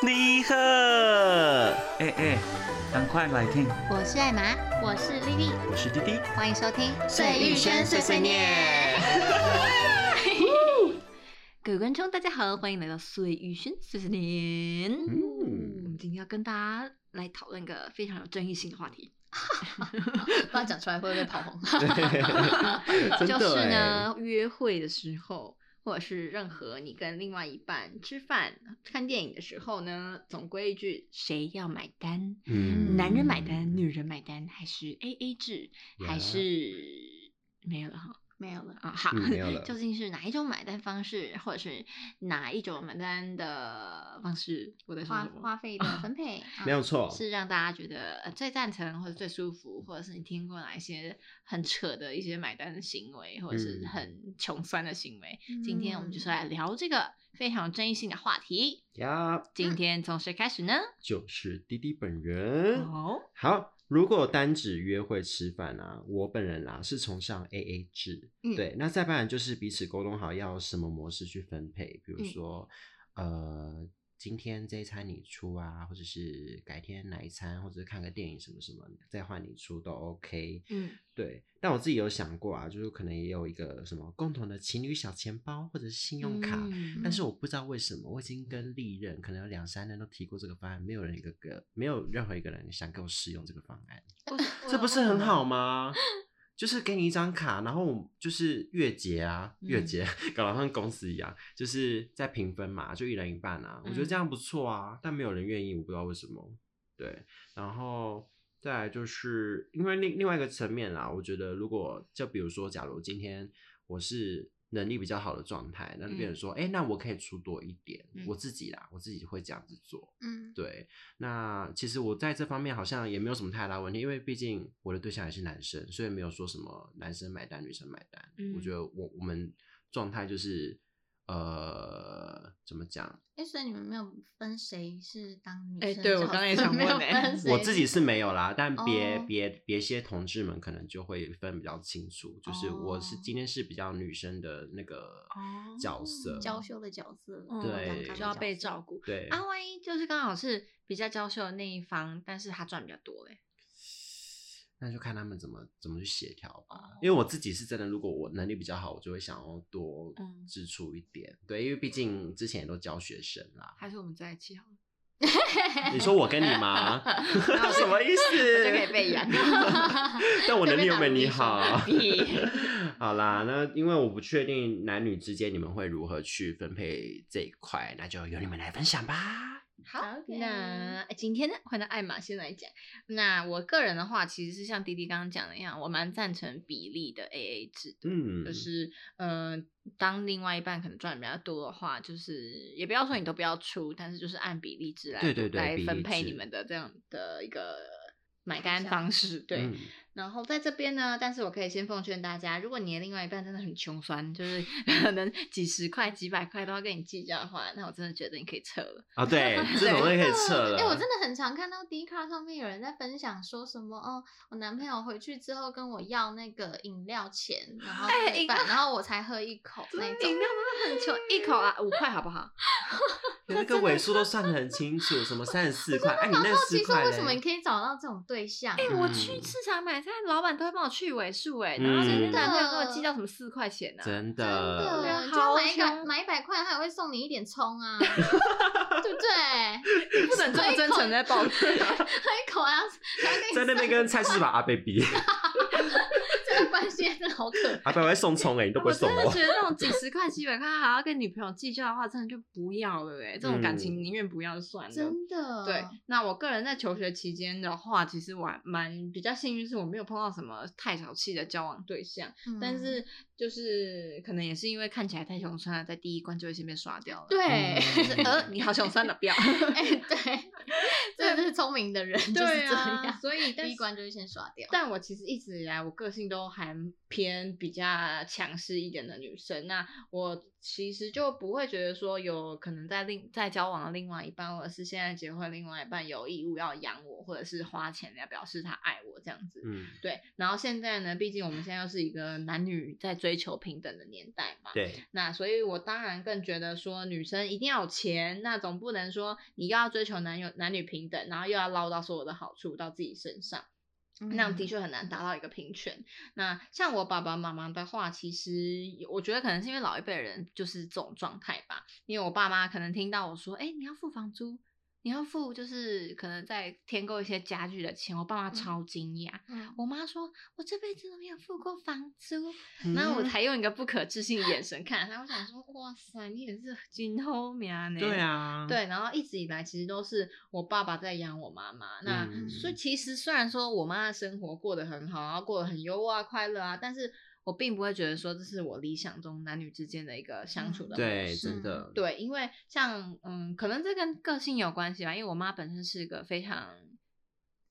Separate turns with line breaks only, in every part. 你好，哎哎，赶快来听，
我是艾玛，我是丽丽，
我是滴滴。
欢迎收听《
碎玉轩碎碎念》。
各位观众，大家好，欢迎来到《碎玉轩碎碎念》。我
嗯，
们今天要跟大家来讨论一个非常有争议性的话题，
不然讲出来会不会跑红？
对，真
就
的
是
哎，
呢，约会的时候，或者是任何你跟另外一半吃饭、看电影的时候呢，总归一句，谁要买单？
嗯
男人买单，女人买单，还是 A A 制，还
Yeah
是没有了哈？
没有了，
啊，好，
嗯没有了
究竟是哪一种买单方式，或者是哪一种买单的方式？我在说
花
什么？
花费的分 配啊
没有错，
是让大家觉得呃最赞成，或者最舒服，或者是你听过哪一些很扯的一些买单的行为，或者是
嗯
很穷酸的行为？今天我们就是
嗯
来聊这个非常有争议性的话题。
呀，
今天从谁开始呢？
就是滴滴本人。
哦，
好，如果单指约会吃饭啊，我本人啊是崇尚 A A 制，
嗯
对，那再不然就是彼此沟通好要什么模式去分配，
嗯
比如说、呃。今天这一餐你出啊，或者是改天哪一餐，或者是看个电影什么什么，再换你出都 OK。
嗯，
对，但我自己有想过啊，就是可能也有一个什么共同的情侣小钱包或者是信用卡，
嗯
但是我不知道为什么，我已经跟历任可能有两三任都提过这个方案，没有人一个个，没有任何一个人想给我试用这个方案， 这不是很
嗯
好吗？就是给你一张卡，然后我就是月结啊，月
嗯
结、 搞得像公司一样，就是在平分嘛，就一人一半啊。我觉得
嗯
这样不错啊，但没有人愿意，我不知道为什么。对，然后再来就是因为另另外一个层面啦，我觉得如果就比如说，假如今天我是能力比较好的状态，那就变成说，哎、那我可以出多一点，
嗯
我自己啦，我自己会这样子做。
嗯，
对，那其实我在这方面好像也没有什么太大问题，因为毕竟我的对象也是男生，所以没有说什么男生买单、女生买单。我觉
嗯
得我我们状态就是，呃，怎么讲？
哎，所以你们没有分谁是当女
哎
生角色？
对我刚刚也想
没有
问哎
分谁
我自己是没有啦，但别、
哦
别别些同志们可能就会分比较清楚，就是我是
哦
今天是比较女生的那个
哦
角色，
娇羞的角色，
嗯
对
阳刚的
就要被
角色
照顾。
对
啊，万一就是刚好是比较娇羞的那一方，但是他赚比较多欸嘞。
那就看他们怎么怎么去协调吧。
哦
因为我自己是真的，如果我能力比较好，我就会想要多
嗯
支出一点。对，因为毕竟之前也都教学生啦。
还是我们在一起好了，
你说我跟你吗？ 什么意 思？
就可以被 养
但我能力又没你
就
好
被打入地。
好啦，那因为我不确定男女之间你们会如何去分配这一块，那就由你们来分享吧。
好
OK
那哎今天呢，换到艾玛先来讲。那我个人的话，其实是像迪迪刚刚讲的一样，我蛮赞成比例的 AA 制 的。
嗯，
就是嗯、呃当另外一半可能赚得比较多的话，就是也不要说你都不要出，但是就是按比例制来
对对对
来
比例
分配你
制
们的这样的一个买单
项
方 式。对，
嗯
然后在这边呢，但是我可以先奉劝大家，如果你的另外一半真的很穷酸，就是 可能几十块、几百块都要跟你计较的话，那我真的觉得你可以撤了。
啊，对，这种东西 可以撤了。
哎、我真的很常看到 d 卡上面有人在分享说什么哦，我男朋友回去之后跟我要那个饮料钱，然后
哎
吃
饮
饭
料
然后我才喝一口那
饮料
种。
真的很穷，一口啊五块好不好？
你那个尾数都算得很清楚，什么三十四块，哎、你
好
那
好奇
四
说
块
为什么你
嘞？
可以找到这种对象？啊
哎、我去
嗯
市场买菜，老板都会帮我去尾数哎，然后人
嗯
家男朋友跟我计较什么四块钱啊呢、
真
真
的
的，
嗯
啊你就买一
好
个
凶
买一百块，他也会送你一点葱 啊，对 不对？
不能这么真诚在 报复。
喝一口啊，然后给你
在那边跟菜市场阿贝 比，
这个关系真的好可怕。
阿贝会送葱哎、你都不
我
会送
真的
我
觉。得那种几十块、几百块还要跟女朋友计较的话，真的就不要了哎、这种感情
嗯
宁愿不要 算了。
真的，
对，那我个人在求学期间的话，其实我还蛮比较幸运，是我没有碰到什么太小气的交往对象，
嗯
但是就是可能也是因为看起来太穷酸了，在第一关就已经被刷掉了。，
嗯
对，
就是 呃，你好穷酸的，不要。
哎、对，这就是聪明的人就是
对
这
啊，
样，
所以但
第一
是
关就是先刷掉。
但我其实一直以来，我个性都还偏比较强势一点的女生。那我其实就不会觉得说有可能在另在交往的另外一半，或者是现在结婚另外一半有义务要养我，或者是花钱来表示他爱我这样子。
嗯，
对，然后现在呢，毕竟我们现在又是一个男女在追求平等的年代嘛，
对，
那所以，我当然更觉得说，女生一定要有钱，那总不能说你又要追求男友男女平等，然后又要捞到所有的好处到自己身上，
嗯
那样的确很难达到一个平权。那像我爸爸妈妈的话，其实我觉得可能是因为老一辈人就是这种状态吧，因为我爸妈可能听到我说，哎、你要付房租。你要付就是可能再添购一些家具的钱，我爸妈
嗯
超惊讶。
嗯，
我妈说，我这辈子都没有付过房租，然后我
嗯
才用一个不可置信的眼神看他，我想说，哇塞，你也是今后面呢？
对。啊，
对，然后一直以来其实都是我爸爸在养我妈妈。那、
嗯
所以其实虽然说我妈的生活过得很好，然后过得很优渥啊、快乐啊，但是我并不会觉得说这是我理想中男女之间的一个相处的模
嗯对，
式。
真的，
对，因为像嗯，可能这跟个性有关系吧，因为我妈本身是一个非常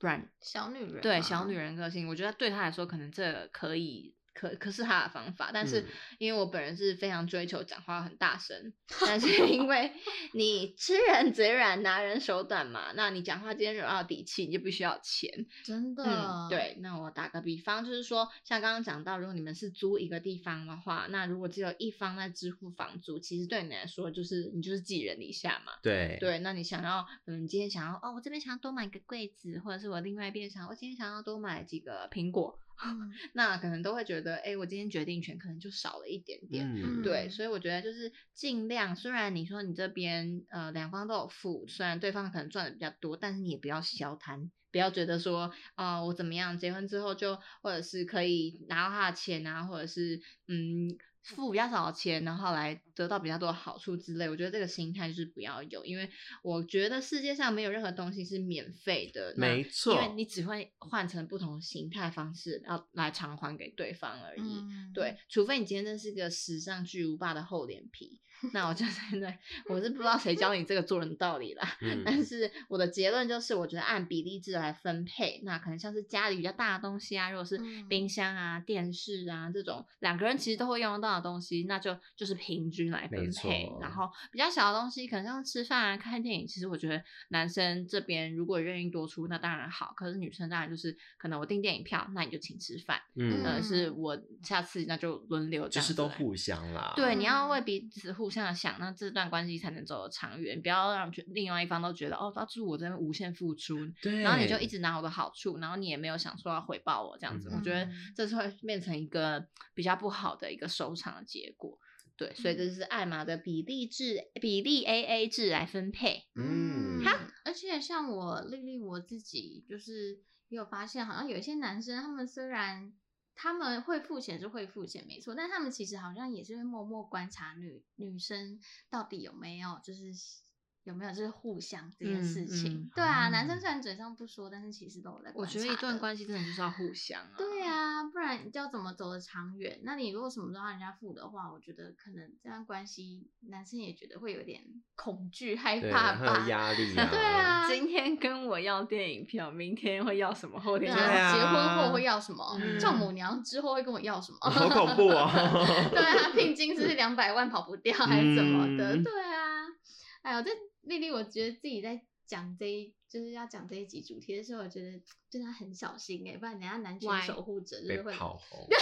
软
小女人，啊
对小女，人个性，我觉得对她来说可能这可以可可是她的方法，但是
嗯
因为我本人是非常追求讲话很大声，但是因为你吃人嘴软拿人手短嘛，那你讲话今天有要底气，你就必须要钱。
真的，
嗯，，对。那我打个比方，就是说，像刚刚讲到，如果你们是租一个地方的话，那如果只有一方在支付房租，其实对你来说就是你就是寄人篱下嘛。
对，
对，那你想要，嗯，你今天想要哦，我这边想要多买一个柜子，或者是我另外一边想要，我今天想要多买几个苹果，
嗯
那可能都会觉得，哎，我今天决定权可能就少了一点点。
嗯，
对，
嗯
所以我觉得就是尽量，虽然你说你这边呃两方都有付，虽然对方可能赚的比较多，但是你也不要小贪，不要觉得说啊、呃我怎么样，结婚之后就或者是可以拿到他的钱啊，或者是嗯付比较少的钱，然后来得到比较多的好处之类。我觉得这个心态就是不要有，因为我觉得世界上没有任何东西是免费的，那
没
因为
错
你只会换成不同形态方式，要来偿还给对方而已。
嗯，
对，除非你今天真是个时尚巨无霸的厚脸皮，那我就 真的我是不知道谁教你这个做人的道理啦。但
嗯，
是我的结论就是，我觉得按比例制来分配，那可能像是家里比较大的东西啊，如果是
嗯
冰箱啊、电视啊这种两个人其实都会用得到的东西，那就就是平均来分
没
配。
错
然后比较小的东西，可能像吃饭啊、看电影，其实我觉得男生这边如果愿意多出，那当然好。可是女生当然就是可能我订电影票，那你就请吃饭。呃，
嗯，
是
嗯
我下次那就轮流这
就
样
是
子
都
来
互相啦，
对，你要为
嗯
彼此互相的想，那这段关系才能走得长远，不要让觉另外一方都觉得哦，那就是我这边无限付出，
对，
然后你就一直拿我的好处，然后你也没有想说要回报我这样子，我觉得
嗯
这是会变成一个比较不好的一个收场的结果。对，所以这是艾玛的比例制、比例 A A 制来分配。
嗯，
而且像我丽丽我自己，就是也有发现，好像有一些男生，他们虽然他们会付钱是会付钱没错，但他们其实好像也是会默默观察女女生到底有没有就是有没有就是互相这件事情。
嗯嗯
对啊，
嗯
男生虽然嘴上不说，但是其实都有在
我
观察
觉
的。
得一段关系真的就是要互相啊。
对啊，不然你要怎么走得长远？那你如果什么都让人家付的话，我觉得可能这段关系男生也觉得会有点恐惧、害
对，
怕
很
吧
有。压力啊，
对啊，
今天跟我要电影票，明天会要什么，后
对
天
啊，
要什么
啊
结婚后会要什么？
嗯
丈母娘之后会跟我要什么？
好 恐怖哦，
对啊，聘金是两百万跑不掉还是怎么的？
嗯
对啊，哎呦，这丽丽，我觉得自己在讲这一。就是要讲这一集主题的时候，我觉得真的很小心哎、不然等下男权
Why？
守护者就
被
是会
炮轰，真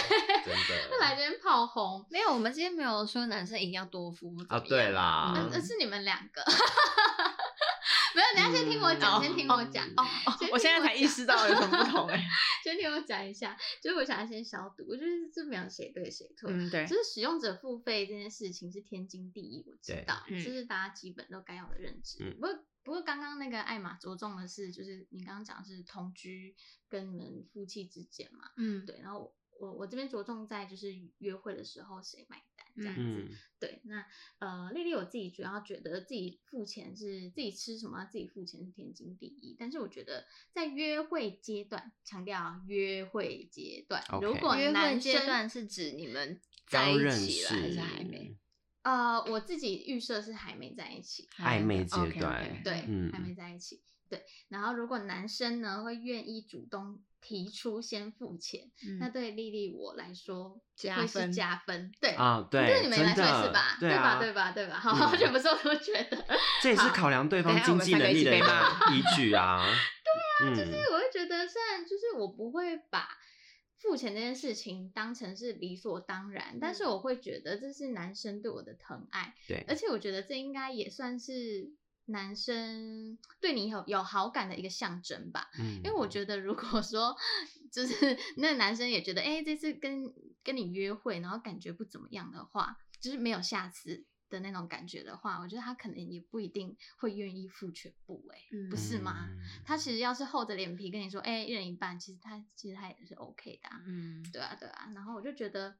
会来
的
这边炮轰。
没有，我们今天没有说男生一定要多付或怎
啊，
么
对
样，
啦
那、，呃是你们两个， 没有，等一下先听我讲，
嗯
先听我讲。
哦
先
我现
听
在才意
讲
识到有什么不同哎、
先听我讲一下，就是我想要先消毒，我就是这没有谁对谁错，
嗯，对
就是使用者付费这件事情是天经地义，我知
对
道，这
嗯
是大家基本都该有的认知。
嗯
不过，不过刚刚那个艾玛着重的是，就是你刚刚讲的是同居跟你们夫妻之间嘛，
嗯，
对，然后我。我我这边着重在就是约会的时候谁买单这样子，
嗯，
对，那呃，丽丽我自己主要觉得自己付钱是自己吃什么啊，自己付钱是天经地义。但是我觉得在约会阶段，强调啊约会阶段
OK
如果
约会
男
阶
生
段是指你们在
刚
一
认
起
识
了还是还没？
呃，我自己预设是还没在一起，
暧昧阶
OK，OK
段
对，还
嗯
没在一起。对，然后如果男生呢会愿意主动提出先付钱，
嗯
那对丽丽我来说
加
会是
分
加分，对。
啊，对，
对你们
真
来说
的
是吧？
对
吧？
啊，
对吧？对吧？ 好，
嗯
好久不是我都觉得，
这也是
好
考量对
等
方
一下我
经
们
济
三个
能
一
力
起
的
被
一
骂
个 依据啊。 对啊，
就是我会觉得，虽然就是我不会把付钱这件事情当成是理所当然，但
嗯
是我会觉得这是男生对我的疼爱，
对
而，且我觉得这应该也算是男生对你有有好感的一个象征吧。
嗯
因为我觉得，如果说就是那个男生也觉得，哎、这次跟跟你约会，然后感觉不怎么样的话，就是没有下次的那种感觉的话，我觉得他可能也不一定会愿意付全部、哎，
嗯
不是吗
嗯
他其实要是厚着脸皮跟你说，哎、一人一半，其实他其实他也是 OK 的、啊，
嗯
对啊，对啊。然后我就觉得，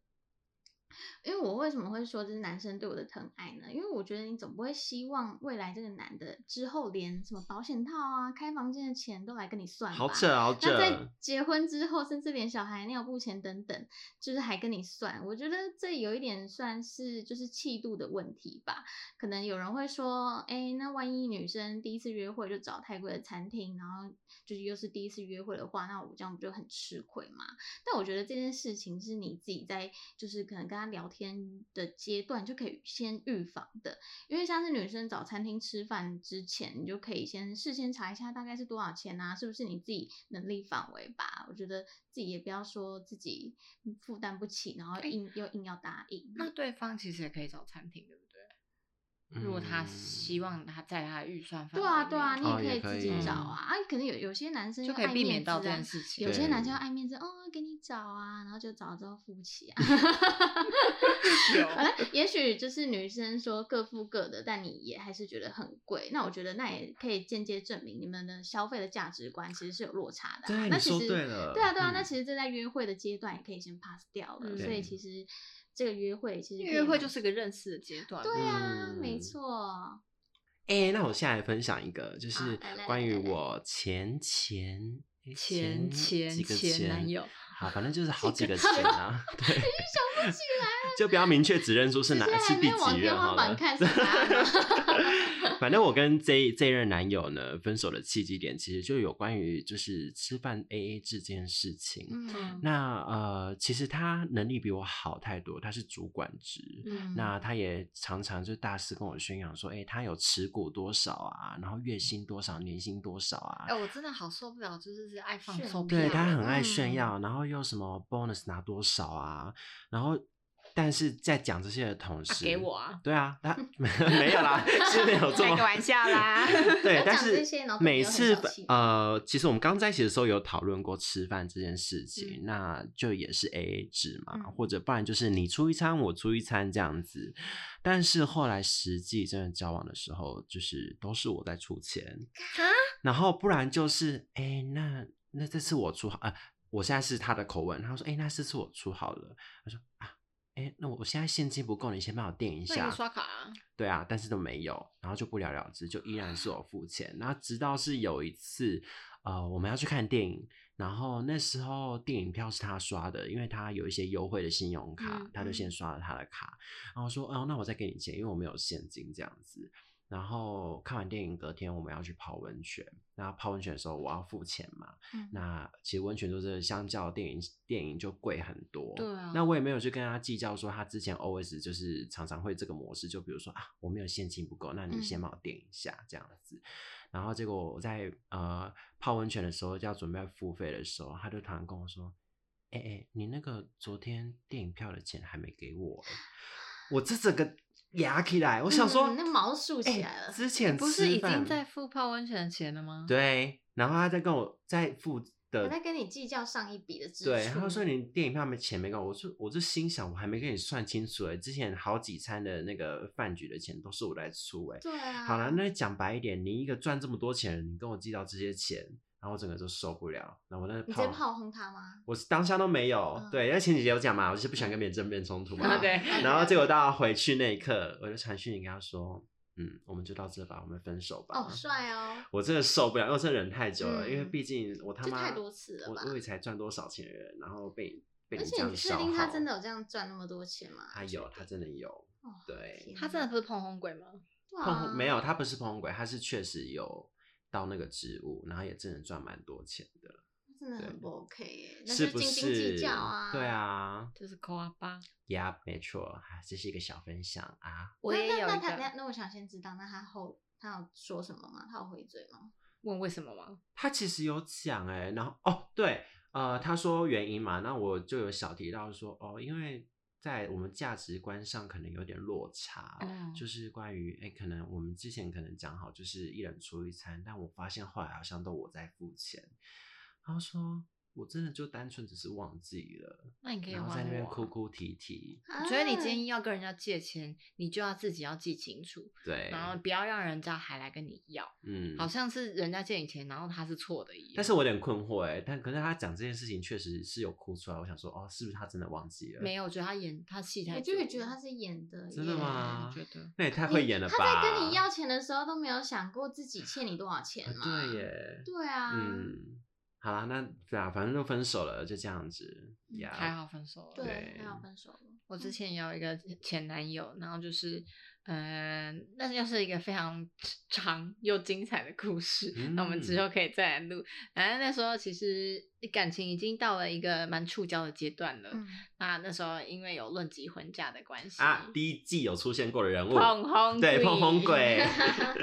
因为我为什么会说这是男生对我的疼爱呢？因为我觉得你总不会希望未来这个男的之后连什么保险套啊、开房间的钱都来跟你算吧，
好扯，好
那在
扯，
结婚之后，甚至连小孩尿布钱等等，就是还跟你算，我觉得这有一点算是就是气度的问题吧。可能有人会说，哎、那万一女生第一次约会就找太贵的餐厅，然后就是又是第一次约会的话，那我这样不就很吃亏嘛？但我觉得这件事情是你自己在就是可能跟他聊天的阶段就可以先预防的，因为像是女生找餐厅吃饭之前，你就可以先事先查一下大概是多少钱啊，是不是你自己能力范围吧？我觉得自己也不要说自己负担不起，然后
哎
硬、又硬要答应。
那对方其实也可以找餐厅，对不对？如果他
嗯
希望他在他的预算
对
范围内，
啊，对啊，你
哦
也
也
可以自
可
己
以
找啊。啊，可能有有些男生
嗯就
又
可以
爱
避
面
免到
子
这
啊
件事情。
有些男
对
生要爱面子，哦，给你找啊，然后就找之后付不起 啊。
哦
有
反正也许就是女生说各付各的，但你也还是觉得很贵。那我觉得那也可以间接证明你们的消费的价值观其实是有落差的啊、
对
那
你
其
说
实
对了
对啊对啊，那
嗯
其实这在约会的阶段也可以先 pass 掉了。
嗯
所以
对
其实这个约会其实可以
约会
蛮
就是个认识的阶段。
对啊，没
嗯
错。
哎、那我现在来分享一个，就
好
是
来来
关
来
于
来来
我前前诶
前前
几个
前男
前
友，
好，反正就是好
几
几
个
个前啊， 对，
想不起来，
就不要明确指认出是哪
直接
是
还
第
没往
几
天
任
花
好
板
了
看是答案吗。
反正我跟这一这一任男友呢，分手的契机点其实就有关于就是吃饭 A A 制这件事情。
嗯
那呃，其实他能力比我好太多，他是主管职，
嗯
那他也常常就大肆跟我宣扬说，哎、他有持股多少啊，然后月薪多少，年薪多少啊
哎，，我真的好受不了，就是是爱放
炫
臭屁的
对
人。啊
他很爱
嗯
炫耀，然后又什么 bonus 拿多少啊，然后但是在讲这些的同
啊
时，
给我啊，
对啊， 他没有啦， 是没有这
开
么
个玩笑啦
对
他，
但
讲这
是
些然后对你
每
又很
次
小
分
气
呃，其实我们刚在一起的时候有讨论过吃饭这件事情，
嗯
那就也是 A A 制嘛，
嗯
或者不然就是你出一餐我出一餐这样子。但是后来实际真的交往的时候，就是都是我在出钱，然后不然就是哎、诶那那这次我出好啊、我现在是他的口吻，他说哎、诶那这次我出好了，他说啊。哎，那我我现在现金不够，你先帮我垫一
那你
下。
就刷卡啊，
对啊，但是都没有，然后就不了了之，就依然是我付钱。然后直到是有一次，呃，我们要去看电影，然后那时候电影票是他刷的，因为他有一些优惠的信用卡，
嗯
他就
嗯
先刷了他的卡。然后说，哦，那我再给你钱，因为我没有现金这样子。然后看完电影隔天我们要去泡温泉，那泡温泉的时候我要付钱嘛，
嗯
那其实温泉就是相较电影电影就贵很多，
对啊
那我也没有去跟他计较说他之前 always 就是常常会这个模式，就比如说啊我没有现金不够，那你先
嗯
帮我垫一下、这样子。然后结果我在呃泡温泉的时候要准备付费的时候，他就突然跟我说：“哎、哎、你那个昨天电影票的钱还没给我欸、我这整个牙起来，我想说、
嗯那毛竖起
哎
来了
之前
不是
吃
已经
饭
在付泡温泉的钱了吗？
对，然后他在跟我在付
我
的
在跟你计较上一笔的支出。
对，他就说你电影票没钱没给我，我就我就心想，我还没跟你算清楚哎，之前好几餐的那个饭局的钱都是我来出哎。
对啊，
好了，那讲白一点，你一个赚这么多钱的人，你跟我计较这些钱，然后我整个就受不了。然后我那
你直接炮轰他吗？
我是当下都没有
嗯，
对，因为前几集有讲嘛，我就是不想跟别人正面冲突嘛。
对。
然后结果到回去那一刻，我就传讯息跟他说，嗯，我们就到这吧，我们分手吧。
哦，帅哦，
我真的受不了，因为我真的忍太久了，
嗯
因为毕竟我他
这
妈
太多次了吧
我我也才赚多少钱的人，然后被被
而
这
且
样
你确
消
定他
耗
真的有这样赚那么多钱吗？
他有，他真的有，
哦
对，
他真的不是碰红鬼吗？
碰碰没有，
他
他不是碰红鬼，他是确实有到那个职务，然后也真的赚蛮多钱的，
真的
对
很不 OK 耶，那
是
就
不
斤
是？
斤计较啊。
对，啊
就是扣啊吧。
，Yeah，没错，啊这是一个小分享啊。
我
那
也
那
有
那
一
他
个
那那我想先知道，那他后他有说什么吗？他有回嘴吗？
问为什么吗？
他其实有讲哎、然后哦对，呃，他说原因嘛，那我就有小提到说哦，因为在我们价值观上可能有点落差，
嗯
就是关于哎、可能我们之前可能讲好就是一人出一餐，但我发现后来好像都我在付钱，然后说我真的就单纯只是忘记了，
那你可以
然后
还
在那边
我啊
哭。哭啼啼，
我觉得你今
啊
天要跟人家借钱，你就要自己要记清楚，
对，
然后不要让人家还来跟你要，
嗯，
好像是人家借你钱，然后他是错的一样。
但是我有点困惑哎、但可是他讲这件事情确实是有哭出来，我想说哦，是不是他真的忘记了？
没有，我觉得他演他戏太
啊我
足
就
了，
会觉得他是演的耶，
真的吗
我觉得
那也太会演了吧！
他在跟你要钱的时候都没有想过自己欠你多少钱
啊
吗？
对，耶，
对啊，
嗯，好啦，那对啊，反正就分手了，就这样子。
嗯
呀、
还好分手了。
对，
对
还好分手了。
我
嗯
之前也有一个前男友，然后就是，嗯、那又是一个非常长又精彩的故事，那我们之
嗯
后可以再来录。反正那时候其实感情已经到了一个蛮触礁的阶段了。
嗯，
那那时候因为有论及婚嫁的关系，
啊，第一季有出现过的人物，
碰轰
对碰轰鬼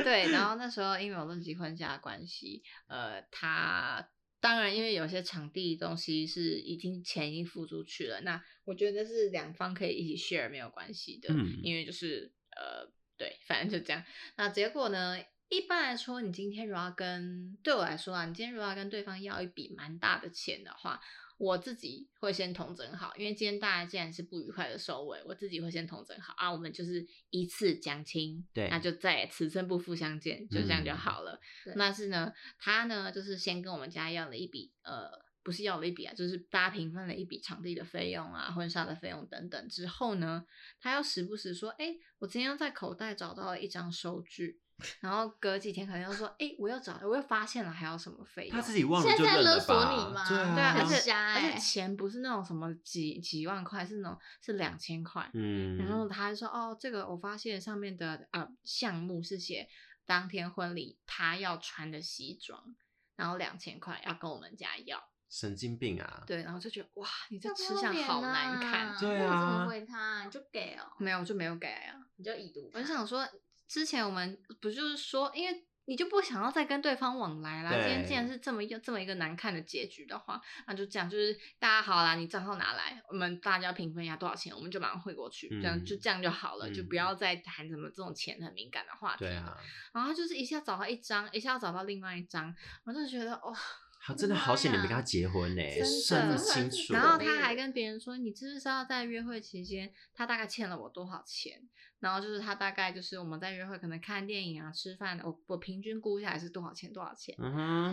对，然 后那时候因为有论及婚嫁的关系，呃，他当然因为有些场地东西是已经钱已经付出去了，那我觉得是两方可以一起 share 没有关系的，
嗯
因为就是呃，对，反正就这样。那结果呢？一般来说，你今天如果要跟对我来说啊，你今天如果要跟对方要一笔蛮大的钱的话，我自己会先统整好，因为今天大家既然是不愉快的收尾，我自己会先统整好啊，我们就是一次讲清，
对
那就再也此生不复相见，就这样就
嗯
好了。
对
但是呢，他呢就是先跟我们家要了一笔，呃，不是要了一笔啊，就是大家平分了一笔场地的费用啊、婚纱的费用等等之后呢，他要时不时说，哎、我今天又在口袋找到了一张收据。然后隔几天可能又说，哎、我又找，我又发现了还有什么费用，
他自己忘了
现
就
在在
认了
勒索
吧
你吗
对啊，
对啊，而
很
且
瞎
而且
欸
钱不是那种什么几几万块，是那种是两千块。
嗯，
然后他还说哦，这个我发现上面的呃项目是写当天婚礼他要穿的西装，然后两千块要跟我们家要。
神经病啊，
对，然后就觉得哇，你这
要
吃
不要
相
脸
好难 看
啊。
对
那我怎
啊
么回他啊？你就给哦，
没有，我就没有给啊。
你就已读他。
我就想说，之前我们不就是说，因为你就不想要再跟对方往来啦。今天既然
对
是这么一个这么一个难看的结局的话，那就这样，就是大家好啦，你账号拿来，我们大家平分一下多少钱，我们就马上汇过去，这样就
嗯
这样就好了，就不
嗯
要再谈什么这种钱很敏感的话题
对
了。
啊，
然后他就是一下找到一张，一下找到另外一张，我就觉得哦，
他真的好险你们跟他结婚呢、
真
算
的
不清楚。
然后
没
他
有
还跟别人说，你知不知道在约会期间，他大概欠了我多少钱？然后就是他大概就是我们在约会，可能看电影啊、吃饭，我我平均估下来是多少钱？多少钱？
嗯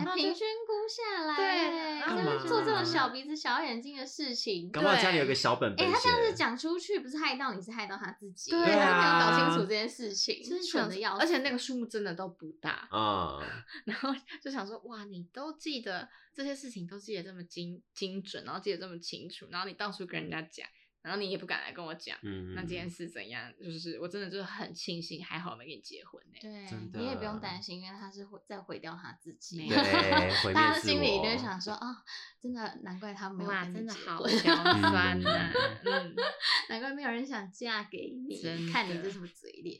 还
哼，
那
平
就
均估下来，
对然后
真的
就
做这种
觉得
小鼻子小眼睛的事情，
搞不好家里有
对
个小本
哎、
本
他这样子
写。
讲出去，不是害到你，是害到他自己。
对
他
啊
没有搞清楚这件事情，
真
蠢
想
的
说
要死。啊
而且那个数目真的都不大，
啊、
然后就想说，哇，你都记得这些事情都记得这么精精准，然后记得这么清楚，然后你到处跟人家讲，然后你也不敢来跟我讲。
嗯，
那这件事怎样？就是我真的就是很庆幸，还好没跟你结婚呢、
真的
对，你也不用担心，因为他是会再毁掉他自己。
对
毁灭
嗯大家
自
心里就
我
会想说啊、真的难怪他没有
哇，
跟你
真的
结
好
婚
心 酸呐、嗯
嗯，
难怪没有人想嫁给
真
你，看你
的
这什么嘴 脸。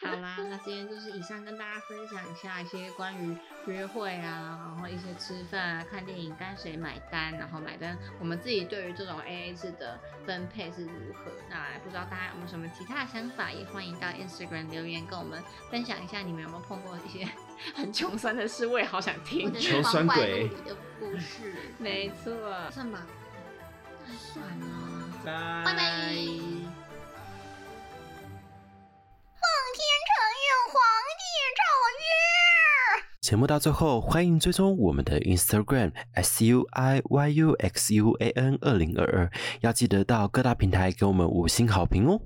好啦，那今天就是以上跟大家分享一下一些关于约会啊，然后一些吃饭啊、看电影该谁买单，然后买单我们自己对于这种 A A 制的分配是如何。那不知道大家有没有什么其他的想法，也欢迎到 Instagram 留言跟我们分享一下，你们有没有碰过一些很穷酸的事？我也好想
或
听
者。
穷
是
酸
光怪
鬼
陆离的故 事，
没错，算吧，
哎算了。
拜
拜拜
节目到最后，欢迎追踪我们的 Instagram s u i y u x u a n 二零二二，要记得到各大平台给我们五星好评哦。